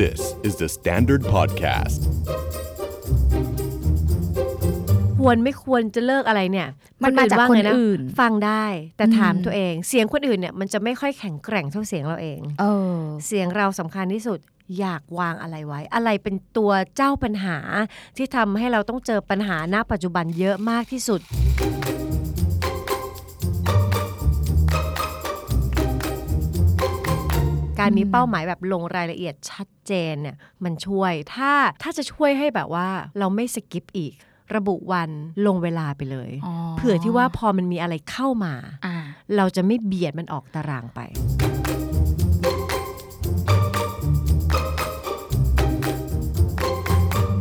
This is the Standard Podcast. ควรไม่ควรจะเลิกอะไรเนี่ย มันมาจาก ว่ไงะ คนอื่น ฟังได้ แต่ถาม อืม ตัวเอง เสียงคนอื่นเนี่ยมันจะไม่ค่อยแข็งแกร่งเท่าเสียงเราเอง เออ เสียงเราสำคัญที่สุดอยากวางอะไรไว้ อะไรเป็นตัวเจ้าปัญหา ที่ทำให้เราต้องเจอปัญหาณปัจจุบันเยอะมากที่สุด การมีเป้าหมายแบบลงรายละเอียดชัดเจนเนี่ยมันช่วยถ้าถ้าจะช่วยให้แบบว่าเราไม่สกิปอีก ระบุวันลงเวลาไปเลย อ๋อ เผื่อที่ว่าพอมันมีอะไรเข้ามา อ่า เราจะไม่เบียดมันออกตารางไป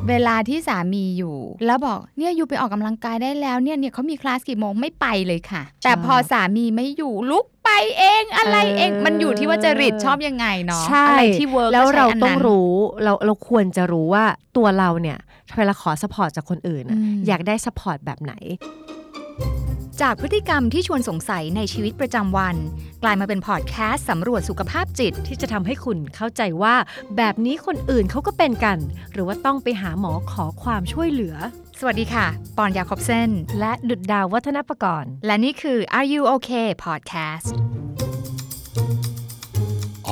เวลาที่สามีอยู่ แล้วบอกเนี่ยอยู่ไปออกกำลังกายได้แล้วเนี่ยเนี่ยเขามีคลาสกี่โมงไม่ไปเลยค่ะ แต่พอสามีไม่อยู่ลุกไปเองอะไรเอง เออ มันอยู่ที่ว่าจริตชอบยังไงเนาะ ใช่ อะไรที่เวิร์ก แล้วเราต้อง รู้ รู้เราเราควรจะรู้ว่าตัวเราเนี่ยเวลาขอสปอร์ตจากคนอื่นน่ะ อืม อยากได้สปอร์ตแบบไหน จากพฤติกรรมที่ชวนสงสัยในชีวิตประจำวัน กลายมาเป็นพอดแคสต์สำรวจสุขภาพจิต ที่จะทำให้คุณเข้าใจว่าแบบนี้คนอื่นเขาก็เป็นกัน หรือว่าต้องไปหาหมอขอความช่วยเหลือ สวัสดีค่ะ ปอนยาคอบเซน และดุดดาววัฒนประกรณ์ และนี่คือ Are You Okay Podcast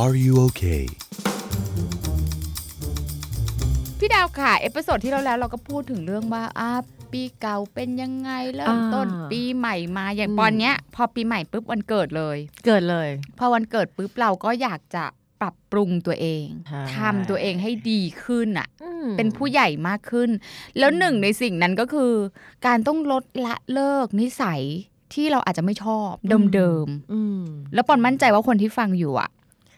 Are you okay? พี่ดาวค่ะ เอพิโซดที่เราแล้วเราก็พูดถึงเรื่องว่าอ่าปีเก่าเป็นยังไงเริ่ม อ่า ต้นปีใหม่มาอย่าง อืม ปอนเนี้ย พอปีใหม่ปุ๊บวันเกิดเลย เกิดเลย พอวันเกิดปุ๊บเราก็อยากจะปรับปรุงตัวเอง ใช่ ทำตัวเองให้ดีขึ้นอ่ะ อืม เป็นผู้ใหญ่มากขึ้น แล้วหนึ่งในสิ่งนั้นก็คือ การต้องลดละเลิกนิสัยที่เราอาจจะไม่ชอบ อืม เดิม อืม ๆแล้วปอนมั่นใจว่าคนที่ฟังอยู่อ่ะ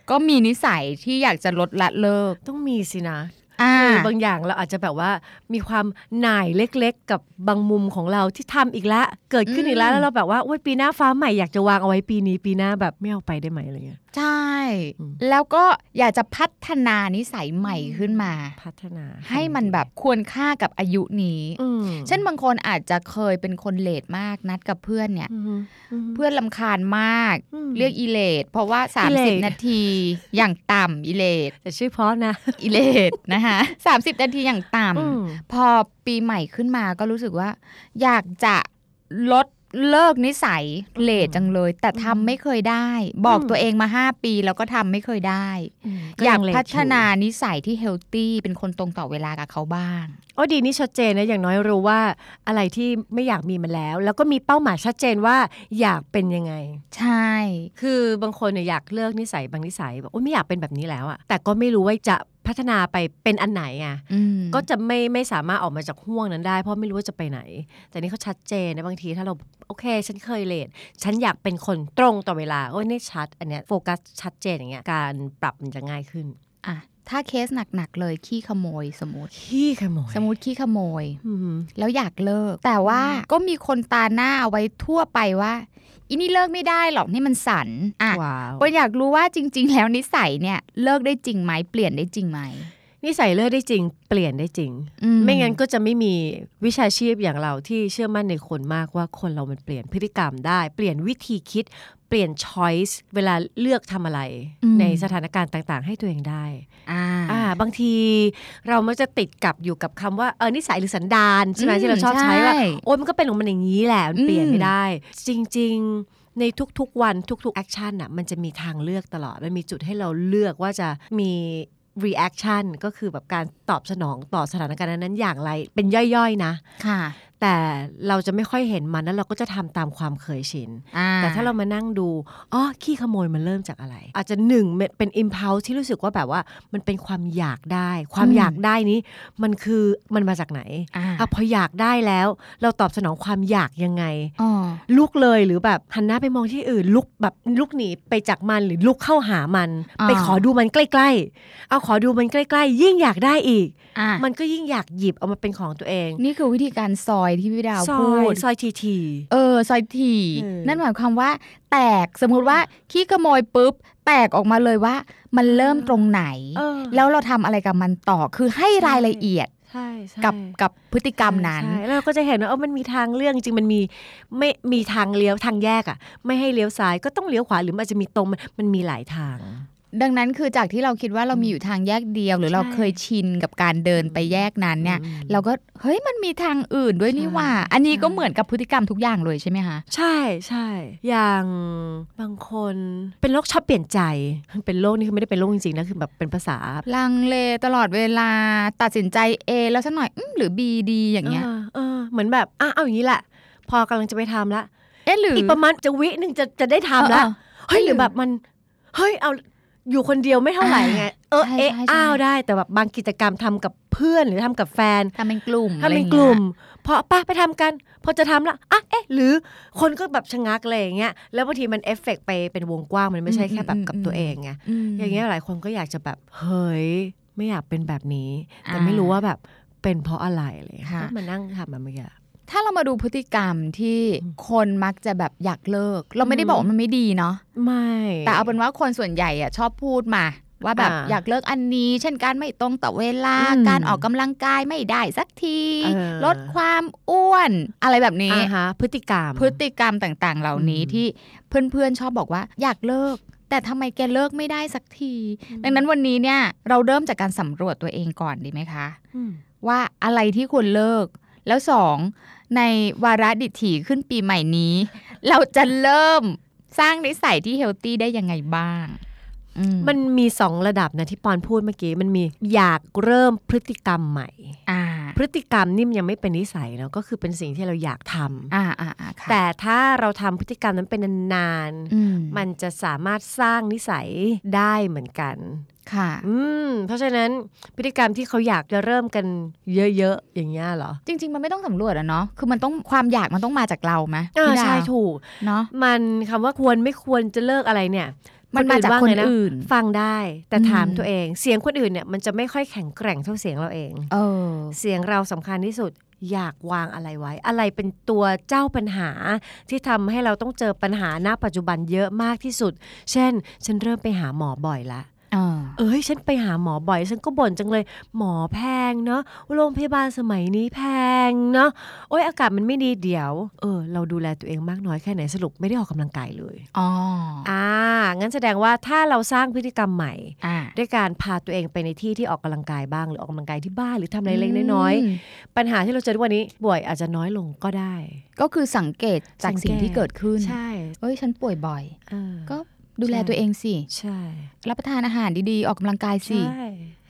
ก็มีนิสัยที่อยากจะลดละเลิก ต้องมีสินะ อ่า คือบางอย่างเราอาจจะแบบว่ามีความหน่ายเล็กๆ กับบางมุมของเราที่ทำอีกละเกิดขึ้นอีกแล้ว อืม แล้วเราแบบว่าโอ๊ยปีหน้าฟ้าใหม่อยากจะวางเอาไว้ปีนี้ปีหน้าแบบไม่เอาไปได้ไหมอะไรเงี้ย ใช่ อืม แล้วก็อยากจะพัฒนานิสัยใหม่ขึ้นมา พัฒนา ให้มันแบบควรค่ากับอายุนี้ อืม เช่นบางคนอาจจะเคยเป็นคนเลทมากนัดกับเพื่อนเนี่ย อืมอืม เพื่อนลำคาญมาก อืม เรียกอีเลทเพราะว่า อีเลท 30 นาทีอย่างต่ำอีเลท แต่ชื่อเพราะนะ อีเลทนะคะ30 นาทีอย่างต่ อืม ำพอปีใหม่ขึ้นมาก็รู้สึกว่า อยากจะลดเลิกนิสัยเลทจังเลย แต่ทำไม่เคยได้ บอกตัวเองมาห้า5 ปี แล้วก็ทำไม่เคยได้ อยาก งเลท พัฒนานิสัยที่เฮลตี้เป็นคนตรงต่อเวลากับเขาบ้าง โอ้ดีนี่ชัดเจนนะอย่างน้อยรู้ว่าอะไรที่ไม่อยากมีมันแล้ว แล้วก็มีเป้าหมายชัดเจนว่าอยากเป็นยังไง ใช่ คือบางคนเนี่ยอยากเลิกนิสัยบางนิสัยแบบโอ้ไม่อยากเป็นแบบนี้แล้วอะแต่ก็ไม่รู้ว่าจะพัฒนาไปเป็นอันไหนอะ อืม ก็จะไม่ไม่สามารถออกมาจากห่วงนั้นได้ เพราะไม่รู้ว่าจะไปไหน แต่นี่เขาชัดเจนนะบางทีถ้าเราโอเค ฉันเคยเลทฉันอยากเป็นคนตรงต่อเวลาโอ้ยนี่ชัด อันเนี้ยโฟกัสชัดเจนอย่างเงี้ยการปรับมันจะง่ายขึ้น อ่ะถ้าเคสหนักๆเลยขี้ขโมยสมมติ ขี้ขโมย สมมติขี้ขโมย อืม แล้วอยากเลิก แต่ว่าก็มีคนตาหน้าเอาไว้ทั่วไปว่าอินี่เลิกไม่ได้หรอกนี่มันสันอ่ะ ว้าว ก็อยากรู้ว่าจริง ๆ แล้วนิสัยเนี่ยเลิกได้จริงไหมเปลี่ยนได้จริงไหม นิสัยเลิกได้จริง เปลี่ยนได้จริง อื ไม่งั้นก็จะไม่มีวิชาชีพอย่างเราที่เชื่อมั่นในคนมากว่าคนเรามันเปลี่ยนพฤติกรรมได้ เปลี่ยนวิธีคิด เปลี่ยน choice เวลาเลือกทำอะไร ในสถานการณ์ต่างๆ ให้ตัวเองได้ อ่า อ่าบางทีเรามักจะติดกับอยู่กับคำว่าเออนิสัยหรือสันดานใช่ไหม อืม ที่เราชอบใช้ว่า ใช่ โอ้ยมันก็เป็นของมันอย่างนี้แหละมันเปลี่ยน อืม ไม่ได้ จริงๆในทุกๆวันทุกๆแอคชั่นน่ะมันจะมีทางเลือกตลอดมันมีจุดให้เราเลือกว่าจะมี reaction ก็คือแบบการตอบสนองต่อสถานการณ์นั้นๆอย่างไร เป็นย่อยๆนะ ค่ะ แต่เราจะไม่ค่อยเห็นมันแล้วเราก็จะทำตามความเคยชิน อ่า แต่ถ้าเรามานั่งดู อ๋อ ขี้ขโมยมันเริ่มจากอะไร อาจจะหนึ่งมันเป็น impulse ที่รู้สึกว่าแบบว่ามันเป็นความอยากได้ ความอยากได้นี้ มันคือมันมาจากไหน อ่า อ่ะพออยากได้แล้ว เราตอบสนองความอยากยังไง อ๋อ ลุกเลยหรือแบบหันหน้าไปมองที่อื่น ลุกแบบลุกหนีไปจากมันหรือลุกเข้าหามัน ไปขอดูมันใกล้ๆ เอาขอดูมันใกล้ๆ ยิ่งอยากได้อีก อ่ะ มันก็ยิ่งอยากหยิบเอามาเป็นของตัวเอง นี่คือวิธีการซอยที่พี่ดาว ซอ พูด ยซอยทีที เออซอยถี่ เออ นั่นหมายความว่า แตกสมมุติว่าขี้ขโมยปุ๊บ แตกออกมาเลยว่า มันเริ่มตรงไหน เออ แล้วเราทำอะไรกับมันต่อคือให้ ใช่ รายละเอียด ใช่ใช่ กับกับพฤติกรรมนั้น ใช่ใช่แล้วเราก็จะเห็นว่าเออมันมีทางเรื่องจริงๆมันมีไม่มีทางเลี้ยวทางแยกอะ่ะ ไม่ให้เลี้ยวซ้ายก็ต้องเลี้ยวขวาหรือมันอาจจะมีตรงมันมันมีหลายทาง ดังนั้นคือจากที่เราคิดว่าเรามีอยู่ทางแยกเดียว หรือเรา ใช่ เคยชินกับการเดินไปแยกนั้นเนี่ย อืม เราก็เฮ้ยมันมีทางอื่นด้วยนี่หว่า อันนี้ก็เหมือนกับพฤติกรรมทุกอย่างเลยใช่ไหมคะ ใช่ใช่ อย่างบางคนเป็นโรคชอบเปลี่ยนใจ เป็นโรคนี่คือไม่ได้เป็นโรคจริงๆนะ คือแบบเป็นภาษา ลังเลตลอดเวลาตัดสินใจ A แล้วสักหน่อยอมหรือ B ดีอย่างเงี้ย เออเออเหมือนแบบอ่ะเอาอย่างนี้แหละ พอกำลังจะไปทำละ เอ๊ะหรือ อีกประมาณจะวิหนึ่งจะจะได้ทำละ เออ เฮ้ยหรือแบบมัน เฮ้ยเอาอยู่คนเดียวไม่เท่าไหร่ไง เออ ใช่ เอะ ใช่ อ้าวได้ แต่แบบบางกิจกรรมทำกับเพื่อนหรือทำกับแฟน เออทำเป็นกลุ่ม ทำเป็น อะไรอย่างงี้ย กลุ่มพอป้าไปทำกัน พอจะทำแล้วอ่ะเอ๊ะ หรือคนก็แบบชะงักเลยอย่างเงี้ยแล้วบางทีมันเอฟเฟกต์ไปเป็นวงกว้างมันไม่ใช่แค่แบบกับตัวเองไง ม อย่างเงี้ยหลายคนก็อยากจะแบบเฮ้ยไม่อยากเป็นแบบนี้ แต่ อ่า ไม่รู้ว่าแบบเป็นเพราะอะไรอะไรเลย ค่ะ ก็มานั่งทำมันเมื่อกี้ ถ้าเรามาดูพฤติกรรมที่ อืม คนมักจะแบบอยากเลิก เราไม่ได้ อืม บอกว่ามันไม่ดีเนาะ ไม่ แต่เอาเป็นว่าคนส่วนใหญ่อะชอบพูดมา ว่าแบบ อ่า อยากเลิกอันนี้ เช่นการไม่ตรงต่อเวลา อืม การออกกำลังกายไม่ได้สักที เออ ลดความอ้วน อะไรแบบนี้ อ่าฮะพฤติกรรม พฤติกรรมต่างๆ เหล่านี้ อืม ที่เพื่อนๆชอบบอกว่าอยากเลิก แต่ทำไมแกเลิกไม่ได้สักที ดังนั้นวันนี้เนี่ยเราเริ่มจากการสำรวจตัวเองก่อนดีไหมคะ อืม ว่าอะไรที่ควรเลิก แล้วสองในวาระดิถีขึ้นปีใหม่นี้ เราจะเริ่มสร้างนิสัยที่เฮลตี้ได้ยังไงบ้างอื มันมีสองระดับนะที่ปอนพูดเมื่อกี้มันมีอยากเริ่มพฤติกรรมใหม่ อ่า พฤติกรรมนี่มันยังไม่เป็นนิสัยแล้วก็คือเป็นสิ่งที่เราอยากทำ อ่าอ่าอ่าค่ะ แต่ถ้าเราทำพฤติกรรมนั้นเป็นนาน อืม ๆ มันจะสามารถสร้างนิสัยได้เหมือนกัน ค่ะ อืม เพราะฉะนั้นพฤติกรรมที่เขาอยากจะเริ่มกันเยอะๆ อย่างเงี้ยเหรอ จริง ๆ มันไม่ต้องสำรวจอะเนาะคือมันต้องความอยากมันต้องมาจากเราไหม อ่า พี่ดาว ใช่ถูก เนาะ มันคำว่าควรไม่ควรจะเลิกอะไรเนี่ย มันมาจากคน ว่ไงะ อื่น ฟังได้ แต่ถาม อืม ตัวเอง เสียงคนอื่นเนี่ยมันจะไม่ค่อยแข็งแกร่งเท่าเสียงเราเอง เออ เสียงเราสำคัญที่สุดอยากวางอะไรไว้ อะไรเป็นตัวเจ้าปัญหาที่ทำให้เราต้องเจอปัญหาณปัจจุบันเยอะมากที่สุด เช่น ฉันเริ่มไปหาหมอบ่อยละ เออ เอ้ยฉันไปหาหมอบ่อย ฉันก็บ่นจังเลย หมอแพงเนาะโรงพยาบาลสมัยนี้แพงเนาะโอ้ยอากาศมันไม่ดีเดี๋ยวเออเราดูแลตัวเองมากน้อยแค่ไหนสรุปไม่ได้ออกกำลังกายเลย อ๋อ อ่างั้นแสดงว่าถ้าเราสร้างพฤติกรรมใหม่ อ่า ด้วยการพาตัวเองไปในที่ที่ออกกำลังกายบ้างหรือออกกำลังกายที่บ้านหรือทำอะไรเล็กๆน้อยๆ ปัญหาที่เราเจอทุกวันนี้ป่วยอาจจะน้อยลงก็ได้ ก็คือสังเกตจากสิ่งที่เกิดขึ้น ใช่ เอ้ย ฉันป่วยบ่อย เออ ก็ ดูแลตัวเองสิ ใช่ รับประทานอาหารดีๆ ออกกำลังกายสิ ใช่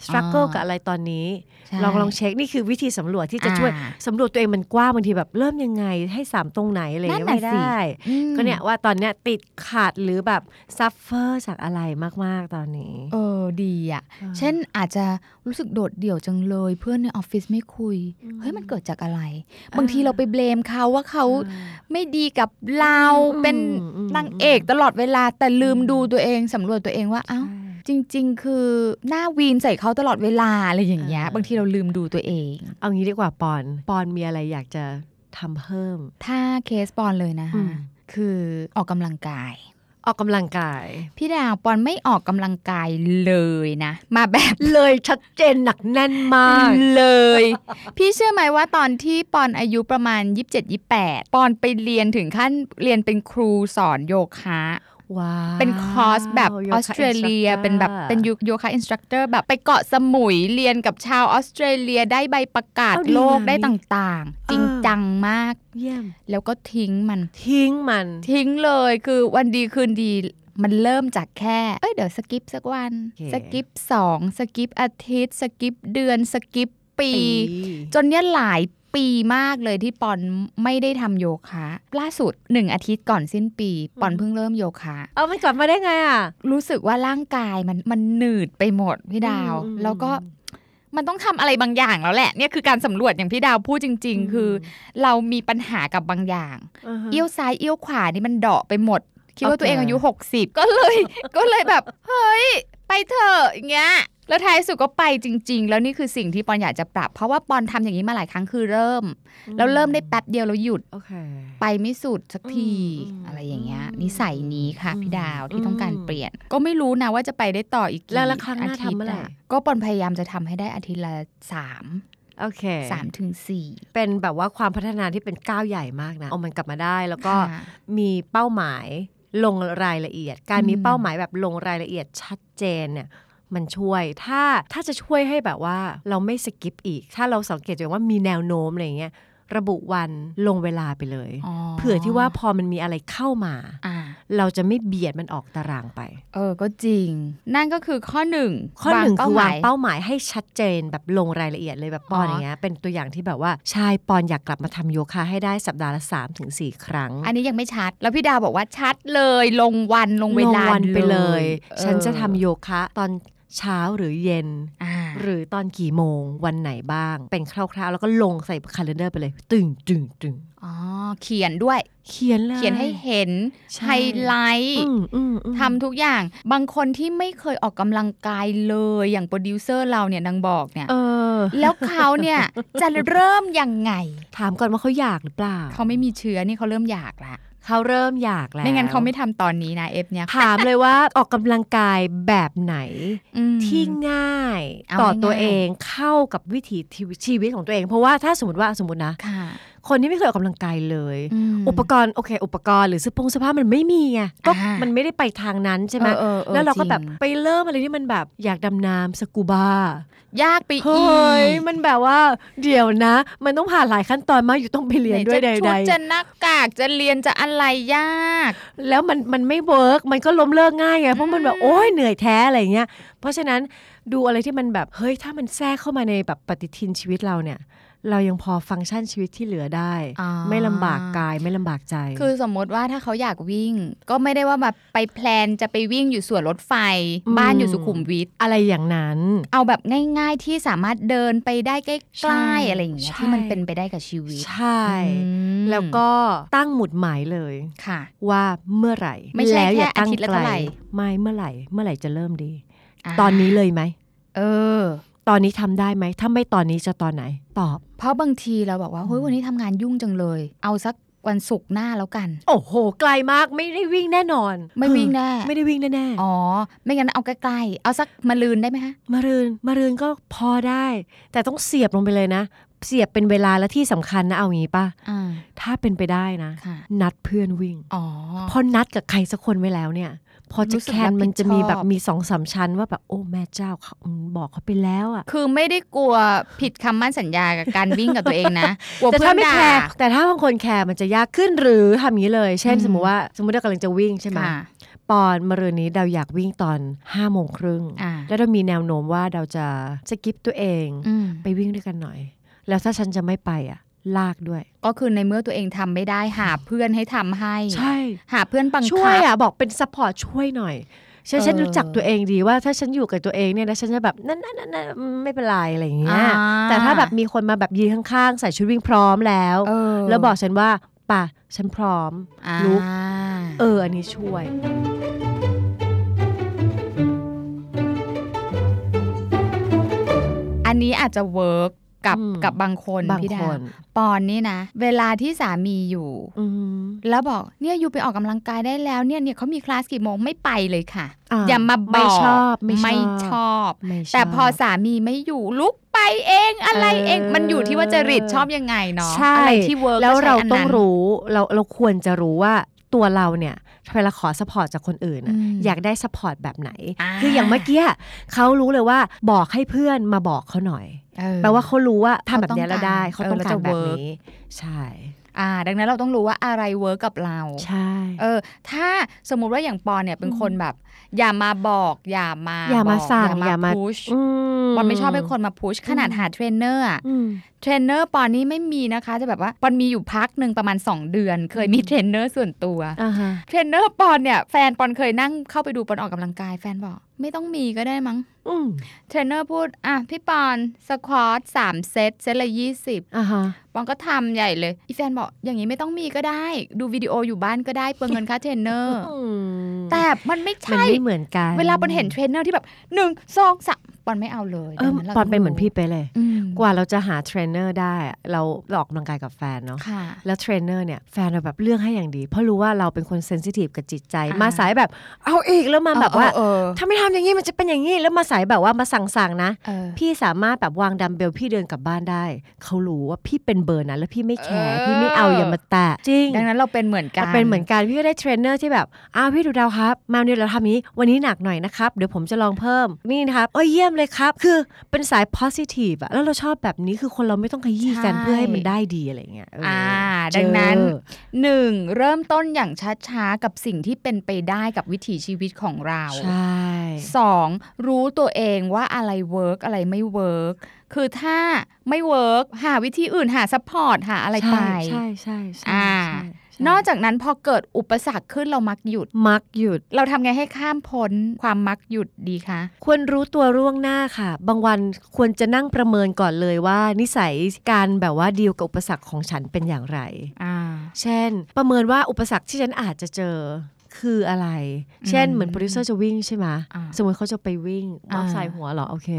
สครัลเกิล อ่า กับอะไรตอนนี้ ใช่ ลองลองเช็ค นี่คือวิธีสำรวจที่จะ อ่า ช่วยสำรวจตัวเองมันกว้างบางทีแบบเริ่มยังไงให้สามตรงไหนอะไรอย่างเงี้ย นั่น ไม่ น่ะสิ ได้ อืม ก็เนี่ยว่าตอนเนี้ยติดขาดหรือแบบซัฟเฟอร์จากอะไรมากๆตอนนี้ เออดีอ่ะ ออ เช่นอาจจะรู้สึกโดดเดี่ยวจังเลย เพื่อนในออฟฟิศไม่คุย อืม เฮ้ยมันเกิดจากอะไร บางที อ่า เราไปเบลมเขาว่าเขา อืม ไม่ดีกับเรา อืม เป็น อืม นางเอกตลอดเวลาแต่ลืม อืม ดูตัวเองสำรวจตัวเองว่าเอ้า ใช่ จริง ๆ คือหน้าวีนใส่เขาตลอดเวลาอะไรอย่างเงี้ย เออ บางทีเราลืมดูตัวเอง เอางี้ดีกว่าปอนปอนมีอะไรอยากจะทำเพิ่ม ถ้าเคสปอนเลยนะ อื คะ ม คือออกกำลังกาย ออกกำลังกาย พี่ดาวปอนไม่ออกกำลังกายเลยนะ มาแบบ เลยชัดเจนหนักแน่นมาก เลย พี่เชื่อไหมว่าตอนที่ปอนอายุประมาณ 27 28 ปอนไปเรียนถึงขั้นเรียนเป็นครูสอนโยคะ ว้าว เป็นคอร์สแบบ โย อ คะ อสเตรเลีย instructor เป็นแบบเป็นยุคโยคะอินสตรัคเตอร์แบบไปเกาะสมุยเรียนกับชาวออสเตรเลียได้ใบประกาศ เอาดี โลกได้ นะ ต่างๆ เออ จริงจังมาก เยี่ยม แล้วก็ทิ้งมัน ทิ้งมัน ทิ้งเลยคือวันดีคืนดีมันเริ่มจากแค่ เอ้ยเดี๋ยวสกิปสักวัน โอเค สกิปสองสกิปอาทิตย์ สกิปเดือนสกิปปี จนเนี่ยหลายปีมากเลยที่ปอนไม่ได้ทำโยคะ ล่าสุดหนึ่งอาทิตย์ก่อนสิ้นปี ปอนเพิ่งเริ่มโยคะ เอามันกลับมาได้ไงอ่ะ รู้สึกว่าร่างกายมันมันหนืดไปหมดพี่ดาว อืม แล้วก็มันต้องทำอะไรบางอย่างแล้วแหละเนี่ยคือการสำรวจอย่างพี่ดาวพูดจริง ๆ คือ เรามีปัญหากับบางอย่าง ฮะ เอี้ยวซ้ายเอี้ยวขวานี่มันเดาะไปหมด คิดโอว่าเค ตัวเองอายุ 60 ก็เลย ก็เลยแบบ เฮ้ย ไปเถอะอย่างเงี้ยแล้วท้ายสุดก็ไปจริง ๆ แล้วนี่คือสิ่งที่ปอนอยากจะปรับ เพราะว่าปอนทำอย่างนี้มาหลายครั้งคือเริ่ม แล้วเริ่มได้แป๊บเดียวแล้วหยุด โอเค ไปไม่สุดสักที อืม อะไรอย่างเงี้ย อืม นิสัยนี้ค่ะ อืม พี่ดาวที่ต้องการ อืม เปลี่ยน ก็ไม่รู้นะว่าจะไปได้ต่ออีกกี่ แล้วละครั้งหน้า อทิต ทำเมื่อไหร่ ย์ะก็ปอนพยายามจะทำให้ได้อาทิตย์ละสาม โอเค สามถึงสี่ เป็นแบบว่าความพัฒนาที่เป็นก้าวใหญ่มากนะ เอามันกลับมาได้แล้วก็ ค่ะ มีเป้าหมาย ลงรายละเอียด การมี อืม เป้าหมายแบบลงรายละเอียดชัดเจนเนี่ยมันช่วย ถ้าถ้าจะช่วยให้แบบว่าเราไม่สกิปอีก ถ้าเราสังเกตตัวเองว่ามีแนวโน้มอะไรอย่างเงี้ยระบุวันลงเวลาไปเลย เผื่อที่ว่าพอมันมีอะไรเข้ามา อ่า เราจะไม่เบียดมันออกตารางไป เออ ก็จริง นั่นก็คือข้อหนึ่ง ข้อหนึ่งคือวาง เป้าหเป้าหมายมายให้ชัดเจนแบบลงรายละเอียดเลยแบบปอน อ๋อออ ย่างเงี้ยเป็นตัวอย่างที่แบบว่าชายปอนอยากกลับมาทำโยคะให้ได้สัปดาห์ละ3าถึงสครั้ง อันนี้ยังไม่ชัด แล้วพี่ดาวบอกว่าชัดเลย ลงวันลงเวลา วันไปเลย เออ ฉันจะทำโยคะตอนเช้าหรือเย็น อ่า หรือตอนกี่โมงวันไหนบ้าง เป็นคร่าวๆ แล้วก็ลงใส่คาล endar ไปเลยตึงตึงตึง อ๋อ เขียนด้วย เขียนเลย เขียนให้เห็น ใช่ ไฮไลท์ อืมอืมอืม ทำทุกอย่าง บางคนที่ไม่เคยออกกำลังกายเลย อย่างโปรดิวเซอร์เราเนี่ยนางบอกเนี่ย เออ แล้วเขาเนี่ย จะเริ่มยังไง ถามก่อนว่าเขาอยากหรือเปล่า เขาไม่มีเชื้อนี่เขาเริ่มอยากละ เขาเริ่มอยากแล้ว ไม่งั้นเขาไม่ทำตอนนี้นะเอฟเนี่ย ถามเลยว่าออกกำลังกายแบบไหน อืม ที่ง่าย เอา ต่อตัว ง่ายๆ เองเข้ากับวิถีชีวิตของตัวเอง เพราะว่าถ้าสมมติว่าสมมตินะ ค่ะ คนที่ไม่เคยออกกำลังกายเลย ม อุปกรณ์โอเค อุปกรณ์หรือเสื้อผงเสื้อผ้ามันไม่มีไงก็ อ่ามั มันไม่ได้ไปทางนั้นใช่ไหม ออออออ แล้วเราก็แบบ จง ไปเริ่มอะไรที่มันแบบอยากดำน้ำสกูบาย ากไปอีก เฮ้ยมันแบบว่าเดี๋ยวนะ มันต้องผ่านหลายขั้นตอนมากอยู่ต้องไปเรียนด้วยใไหจะชุ ด ดจะหน้ากากจะเรียนจะอะไรยาก ๆแล้วมันมันไม่เวิร์กมันก็ล้มเลิกง่ายไงเพราะมันแบบโอ๊ยเหนื่อยแท้อะไรอย่างเงี้ยเพราะฉะนั้นดูอะไรที่มันแบบเฮ้ยถ้ามันแทรกเข้ามาในแบบปฏิทินชีวิตเราเนี่ย เรายังพอฟังก์ชันชีวิตที่เหลือได้ อ่า ไม่ลำบากกายไม่ลำบากใจ คือสมมติว่าถ้าเขาอยากวิ่ง ก็ไม่ได้ว่าแบบไปแพลนจะไปวิ่งอยู่สวนรถไฟ อืม บ้านอยู่สุขุมวิท อะไรอย่างนั้น เอาแบบง่าย ๆ ที่สามารถเดินไปได้ใก ใช่ ล้ๆอะไรอย่างเงี้ย ใช่ ที่มันเป็นไปได้กับชีวิต ใช่ อืม แล้วก็ตั้งหมุดหมายเลย ค่ะ ว่าเมื่อไหร่ ไม่ใช่ แล้ว แค่ อย่าตั้ง อาทิตย์ละ ไกล เท่าไหร่ ไม่เมื่อไหร่ เมื่อไหร่จะเริ่มดี อ่า ตอนนี้เลยไหม เออ ตอนนี้ทำได้ไหมถ้าไม่ตอนนี้จะตอนไหน ตอบ เพราะบางทีเราบอกว่าเฮ้ยวันนี้ทำงานยุ่งจังเลย เอาสักวันศุกร์หน้าแล้วกัน โอ้โห ไกลมากไม่ได้วิ่งแน่นอน ไม่วิ่งแน่ ไม่ได้วิ่งแน่ อ๋อ ไม่งั้นเอาใกล้ๆเอาสักมะลืนได้ไหมคะ ๆมารืนมารืนก็พอได้ แต่ต้องเสียบลงไปเลยนะ เสียบเป็นเวลาและที่สำคัญนะเอางี้ป่ะ อ่า ถ้าเป็นไปได้นะ ค่ะ นัดเพื่อนวิ่ง อ๋อ พอนัดกับใครสักคนไว้แล้วเนี่ย พอจะ รู้สึก แคนมันจะ รับผิดชอบ มีแบบมีสองสามชั้นว่าแบบโอ้แม่เจ้าเขาอืมบอกเขาไปแล้วอ่ะ คือไม่ได้กลัวผิดคำมั่นสัญญากับการวิ่งกับตัวเอง นะกลัว แต่ เพื่อ ถ้าน ไม่ ด่า แคร์แต่ถ้าบางคนแคร์มันจะยากขึ้นหรือทำอย่างนี้เลย เช่น อืม สมมติว่าสมมติเรากำลังจะวิ่งใช่ไหม ค่ะ ปอนมะรืนนี้เราอยากวิ่งตอนห้าโมงครึ่ง อ่า แล้วเรามีแนวโน้มว่าเราจะสกิปตัวเอง อืม ไปวิ่งด้วยกันหน่อย แล้วถ้าฉันจะไม่ไปอ่ะลากด้วย ก็คือในเมื่อตัวเองทำไม่ได้หาเพื่อนให้ทำให้ ใช่ หาเพื่อนบังคับ ช่วยอ่ะบอกเป็นซัพพอร์ตช่วยหน่อยฉัน เออ ฉันรู้จักตัวเองดีว่าถ้าฉันอยู่กับตัวเองเนี่ยนะฉันจะแบบนั่นนั่นนั่นนั่นไม่เป็นไรอะไรอย่างเงี้ อ่าย แต่ถ้าแบบมีคนมาแบบยืนข้างๆ ใส่ชุดวิ่งพร้อมแล้ว เออ แล้วบอกฉันว่าป่ะฉันพร้อม อ่า ลุก เออ อันนี้ช่วย อันนี้อาจจะเวิร์กกับ อืม กับบางคน บาง พี่ ค ดาวน ปอนนี่นะ เวลาที่สามีอยู่ อืม แล้วบอกเนี่ยอยู่ไปออกกำลังกายได้แล้วเนี่ยเนี่ยเขามีคลาสกี่โมงไม่ไปเลยค่ะ อ่ะ อย่ามาบอก ไม่ชอบไม่ ไม่ช อบ อบ ไม่ชอบ แต่พอสามีไม่อยู่ลุกไปเองอะไรเอง เออ มันอยู่ที่ว่าจริตชอบยังไงเนาะ ใช่ อะไรที่เวิร์ก แล้วเราต้อง รู้ รู้เราเราควรจะรู้ว่าตัวเราเนี่ยเวลาขอสปอร์ตจากคนอื่นน่ะ อืม อยากได้สปอร์ตแบบไหน อ่า คืออย่างเมื่อกี้เขารู้เลยว่าบอกให้เพื่อนมาบอกเขาหน่อย แปลว่าเขารู้ว่าทำแบบเนี้ยแล้วได้เขาต้องการแบบนี้ ใช่ อ่า ดังนั้นเราต้องรู้ว่าอะไรเวิร์กกับเรา ใช่ เออถ้าสมมุติว่าอย่างปอนเนี่ยเป็นคนแบบ อย่ามาบอกอย่ามา อย่ามา บก สั่งอย่อา ย่า มา มา พุช อื ปอนไม่ชอบเป็นคนมาพุชขนาดหาเทรนเนอร์อะ อืม เทรนเนอร์ปอนนี่ไม่มีนะคะจะแบบว่าปอนมีอยู่พักหนึ่งประมาณ 2 เดือน เคยมี อืม เทรนเนอร์ส่วนตัว อ่าฮะ เทรนเนอร์ปอนเนี่ยแฟนปอนเคยนั่งเข้าไปดูปอนออกกำลังกายแฟนบอก ไม่ต้องมีก็ได้มั้ง อืม เทรนเนอร์พูดอ่ะพี่ปอนสควอตสามเซตเซตละยี่สิบ อ่าฮะ ปองก็ทำใหญ่เลยอีแฟนบอกอย่างนี้ไม่ต้องมีก็ได้ ดูวิดีโออยู่บ้านก็ได้เปลืองเงินค่าเทรนเนอร์ แต่มันไม่ มัน ใช่ ไม่เหมือนกัน เวลาปอนเห็นเทรนเนอร์ที่แบบหนึ่งสองสาม อนไม่เอาเลย เออ ดังรา ปอนเป็นเหมือน ต้ง พี่ไปเลย อืม กว่าเราจะหาเทรนเนอร์ได้อะเราเราออกกำลังกายกับแฟนเนาะ ค่ะ แล้วเทรนเนอร์เนี่ยแฟนเราแบบเลือกให้อย่างดี เพราะรู้ว่าเราเป็นคนเซนซิทีฟกับจิตใจ อ่าม มาสายแบบเอาอีกแล้วมาแบบว่า เออ ถ้าไม่ทำอย่างนี้มันจะเป็นอย่างนี้แล้วมาสายแบบว่ามาสั่งๆนะ เออ พี่สามารถแบบวางดัมเบลพี่เดินกลับบ้านได้ เขารู้ว่าพี่เป็นเบอร์นั้นแล้วพี่ไม่แคร์ เออ พี่ไม่เอาอย่ามาแตะจริง ดังนั้นเราเป็นเหมือนกัน เป็นเหมือนกันพี่ก็ได้เทรนเนอร์ที่แบบอ้าวพี่ดูดาวครับ มาวันนี้เราทำอย่างนี้วันนี้หนักหน่อยนะครับเดี๋ยวผมจะลองเพิ่มนี่นะครับโอ้ยเยี่ยมเลยครับ คือเป็นสาย positive อะแล้วเราชอบแบบนี้คือคนเราไม่ต้องขยี้กัน ใช่ เพื่อให้มันได้ดีอะไรอย่างเงี้ยเอออ อ่า เจอ ดังนั้นหนึ่งเริ่มต้นอย่างช้าๆ กับสิ่งที่เป็นไปได้กับวิถีชีวิตของเรา ใช่ สองรู้ตัวเองว่าอะไรเวิร์กอะไรไม่เวิร์กคือถ้าไม่เวิร์กหาวิธีอื่นหาซัพพอร์ตหาอะไรไป ใช่ใช่ใช่ อ่า ใช่ใช่ นอกจากนั้นพอเกิดอุปสรรคขึ้นเรามักหยุด มักหยุด เราทำไงให้ข้ามพ้นความมักหยุดดีคะ ควรรู้ตัวร่วงหน้าค่ะ บางวันควรจะนั่งประเมินก่อนเลยว่า นิสัยการแบบว่าดีลกับอุปสรรคของฉันเป็นอย่างไร อ่า เช่น ประเมินว่าอุปสรรคที่ฉันอาจจะเจอคืออะไร เช่น เหมือนโปรดิวเซอร์จะวิ่งใช่ไหม อ่า สมมติเขาจะไปวิ่ง อ่า ว่าใส่หัวเหรอ โอเค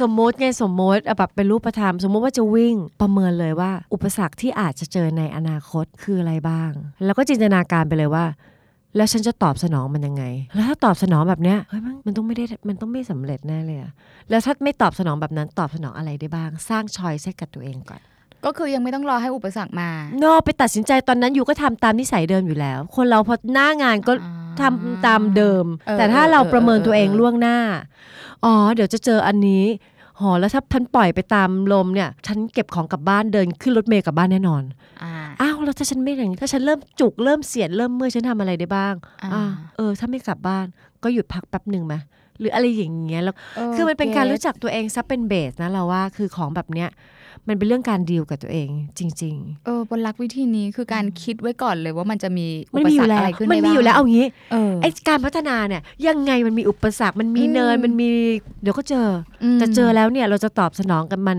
สมมติไงสมมติเอาแบบเป็นรูปธรรม สมมติว่าจะวิ่งประเมินเลยว่า อุปสรรคที่อาจจะเจอในอนาคตคืออะไรบ้าง แล้วก็จินตนาการไปเลยว่า แล้วฉันจะตอบสนองมันยังไง แล้วถ้าตอบสนองแบบเนี้ยเฮ้ยมันมันต้องไม่ได้มันต้องไม่สำเร็จแน่เลยอะแล้วถ้าไม่ตอบสนองแบบนั้นตอบสนองอะไรได้บ้าง สร้างชอยเซ็ตกับตัวเองก่อน ก็คือยังไม่ต้องรอให้อุปสรรคมา โนไปตัดสินใจตอนนั้นอยู่ก็ทำตามนิสัยเดิมอยู่แล้ว คนเราพอหน้างานก็ อ่า ทำตามเดิม เออ แต่ถ้า เออ เราประเมิน เออ ตัวเอง เออ ล่วงหน้าอ๋อเดี๋ยวจะเจออันนี้หอแล้วถ้าท่านปล่อยไปตามลมเนี่ยฉันเก็บของกลับบ้านเดินขึ้นรถเมล์กลับบ้านแน่นอน อ่า อ้าวแล้วถ้าฉันไม่อย่างถ้าฉันเริ่มจุกเริ่มเสียดเริ่มเมื่อยฉันทำอะไรได้บ้าง อ่า อ่าเออ ถ้าไม่กลับบ้านก็หยุดพักแป๊บหนึ่งไหมหรืออะไรอย่างเงี้ยแล้ว เ คือมันเป็นการรู้จักตัวเองซะเป็นเบสนะเราว่าคือของแบบเนี้ยมันเป็นเรื่องการดีลกับตัวเองจริง ๆ เออบนรักวิธีนี้คือการคิดไว้ก่อนเลยว่ามันจะมี มัน ป มีอ สร ยู่ รค แล้ว อะไรขึ้น มันมีอยู่แล้วเอางี้ เออ ไอการพัฒนาเนี่ยยังไงมันมีอุปสรรค มันมีเนิน อืม มันมีเดี๋ยวก็เจออ ม แต่เจอแล้วเนี่ยเราจะตอบสนองกับมัน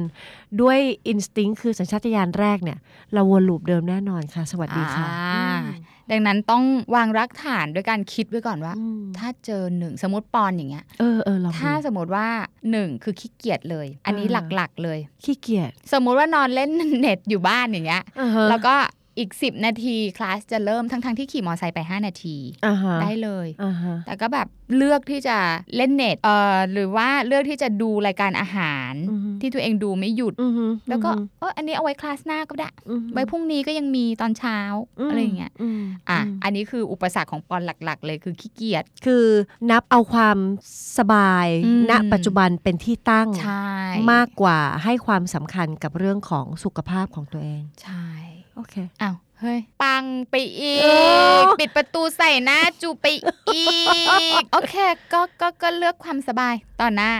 ด้วยอินสติ้งคือสัญชาตญาณแรกเนี่ย เราวนลูปเดิมแน่นอนค่ะ สวัสดีค่ะ อ่าดังนั้นต้องวางรักฐานด้วยการคิดไว้ก่อนว่า อืม ถ้าเจอหนึ่งสมมติปอนอย่างเงี้ย เออเออลอง ถ้า ดู สมมติว่าหนึ่งคือขี้เกียจเลย อันนี้ อ่า หลักๆเลย ขี้เกียจ สมมุติว่านอนเล่น เน็ตอยู่บ้านอย่างเงี้ย อ่าฮะ แล้วก็อีก 10 นาทีคลาสจะเริ่มทั้งๆที่ขี่มอเตอร์ไซค์ไป 5 นาที อ่าฮะ ได้เลย อ่าฮะ แต่ก็แบบเลือกที่จะเล่นเน็ตเอ่อหรือว่าเลือกที่จะดูรายการอาหาร อือฮึ ที่ตัวเองดูไม่หยุด อือฮึ แล้วก็เอออันนี้เอาไว้คลาสหน้าก็ได้ อือฮึ ไว้พรุ่งนี้ก็ยังมีตอนเช้าอะไรอย่างเงี้ย ม อ่ะ ม อันนี้คืออุปสรรคของปอนหลัก ๆ เลยคือขี้เกียจ คือนับเอาความสบาย อืม ณปัจจุบันเป็นที่ตั้ง ใช่ มากกว่าให้ความสำคัญกับเรื่องของสุขภาพของตัวเอง ใช่ โอเค อ้าวเฮ้ย ปังไปอี เอก อ ปิดประตูใส่หน้าจูไปอีก โอเค ก็ก็ก็เลือกความสบายต่อหน้า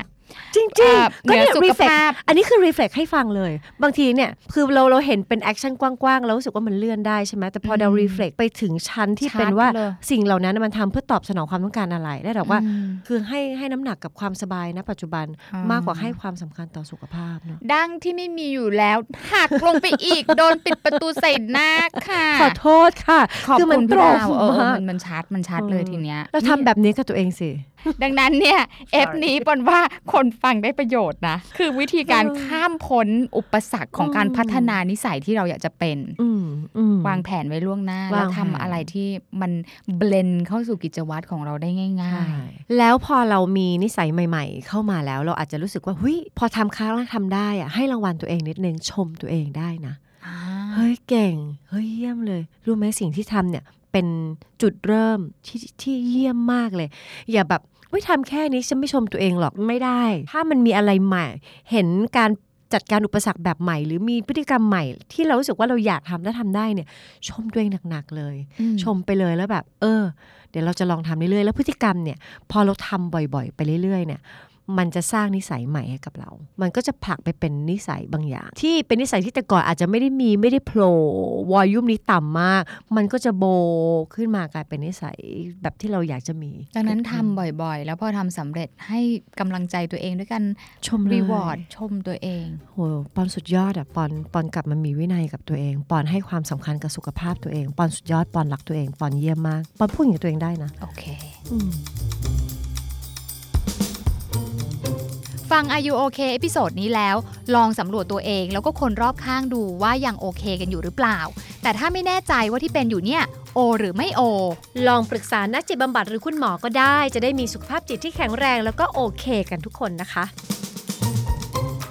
จริง เอ่อ ก็ เหนือ เนี่ย สุ รี ข เฟก ภาพ อันนี้คือรีเฟกให้ฟังเลย บางทีเนี่ยคือเราเราเห็นเป็นแอคชั่นกว้างๆ แล้วรู้สึกว่ามันเลื่อนได้ใช่ไหมแต่พอเรา อืม รีเฟกไปถึงชั้นที่ ชัด เป็นว่า เลย สิ่งเหล่านั้นมันทำเพื่อตอบสนองความต้องการอะไรได้แต่ว่า อืม คือให้ให้น้ำหนักกับความสบายณปัจจุบัน อ่าม มากกว่าให้ความสำคัญต่อสุขภาพเนอะ ดั้งที่ไม่มีอยู่แล้วหักลงไปอี ก โดนปิดประตูใส่หน้าค่ะ ขอโทษค่ะ ขอบ มั คุณ ต พี่ รง ดาวเออเออ มาก มันมันชัดมันชัดเลย เออ ทีเนี้ย เราทำแบบนี้กับตัวเองสิ ดังนั้นเนี่ยเอฟนี้ปอนว่าคนฟังได้ประโยชน์นะ คือวิธีการ เออ ข้ามพ้นอุปสรรคของการ อืม พัฒนานิสัยที่เราอยากจะเป็น อืมอืม วางแผนไว้ล่วงหน้า แล้ว วางแผน ทำอะไรที่มันเบลนเข้าสู่กิจวัตรของเราได้ง่าย แล้วพอเรามีนิสัยใหม่ ๆ เข้ามาแล้ว เราอาจจะรู้สึกว่าเฮ้ยพอทำครั้งแล้วทำได้อะให้รางวัลตัวเองนิดนึงชมตัวเองได้นะ ๆ เฮ้ยเก่ง เฮ้ยเยี่ยมเลย รู้ไหมสิ่งที่ทำเนี่ยเป็นจุดเริ่มที่ที่เยี่ยมมากเลย อย่าแบบไม่ทำแค่นี้ฉันไม่ชมตัวเองหรอกไม่ได้ ถ้ามันมีอะไรใหม่ เห็นการจัดการอุปสรรคแบบใหม่ หรือมีพฤติกรรมใหม่ ที่เรารู้สึกว่าเราอยากทำและทำได้เนี่ย ชมตัวเองหนักๆเลย อืม ชมไปเลยแล้วแบบ เออ เดี๋ยวเราจะลองทำเรื่อยๆแล้วพฤติกรรมเนี่ย พอเราทำบ่อยๆ ไปเรื่อยๆเนี่ย มันจะสร้างนิสัยใหม่ให้กับเรา มันก็จะผลักไปเป็นนิสัยบางอย่าง ที่เป็นนิสัยที่แต่ก่อนอาจจะไม่ได้มีไม่ได้โผล่วอลยุ่มนี้ต่ำมาก มันก็จะโบขึ้นมากลายเป็นนิสัยแบบที่เราอยากจะมี ดังนั้นทำบ่อยๆ แล้วพอทำสำเร็จให้กำลังใจตัวเองด้วยกัน ชมเลย รีวอร์ดชมตัวเอง โหปอนสุดยอดอ่ะปอนปอนกลับมามีวินัยกับตัวเอง ปอนให้ความสำคัญกับสุขภาพตัวเอง ปอนสุดยอดปอนรักตัวเอง ปอนเยี่ยมมาก ปอนพูดอย่างนี้กับตัวเองได้นะ โอเค ฟัง Are You OK เอพิโซดนี้แล้ว ลองสำรวจตัวเองแล้วก็คนรอบข้างดูว่ายังโอเคกันอยู่หรือเปล่า แต่ถ้าไม่แน่ใจว่าที่เป็นอยู่เนี่ยโอหรือไม่โอ ลองปรึกษานักจิตบำบัดหรือคุณหมอก็ได้ จะได้มีสุขภาพจิตที่แข็งแรงแล้วก็โอเคกันทุกคนนะคะ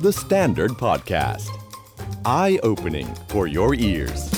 The Standard Podcast. Eye opening for your ears.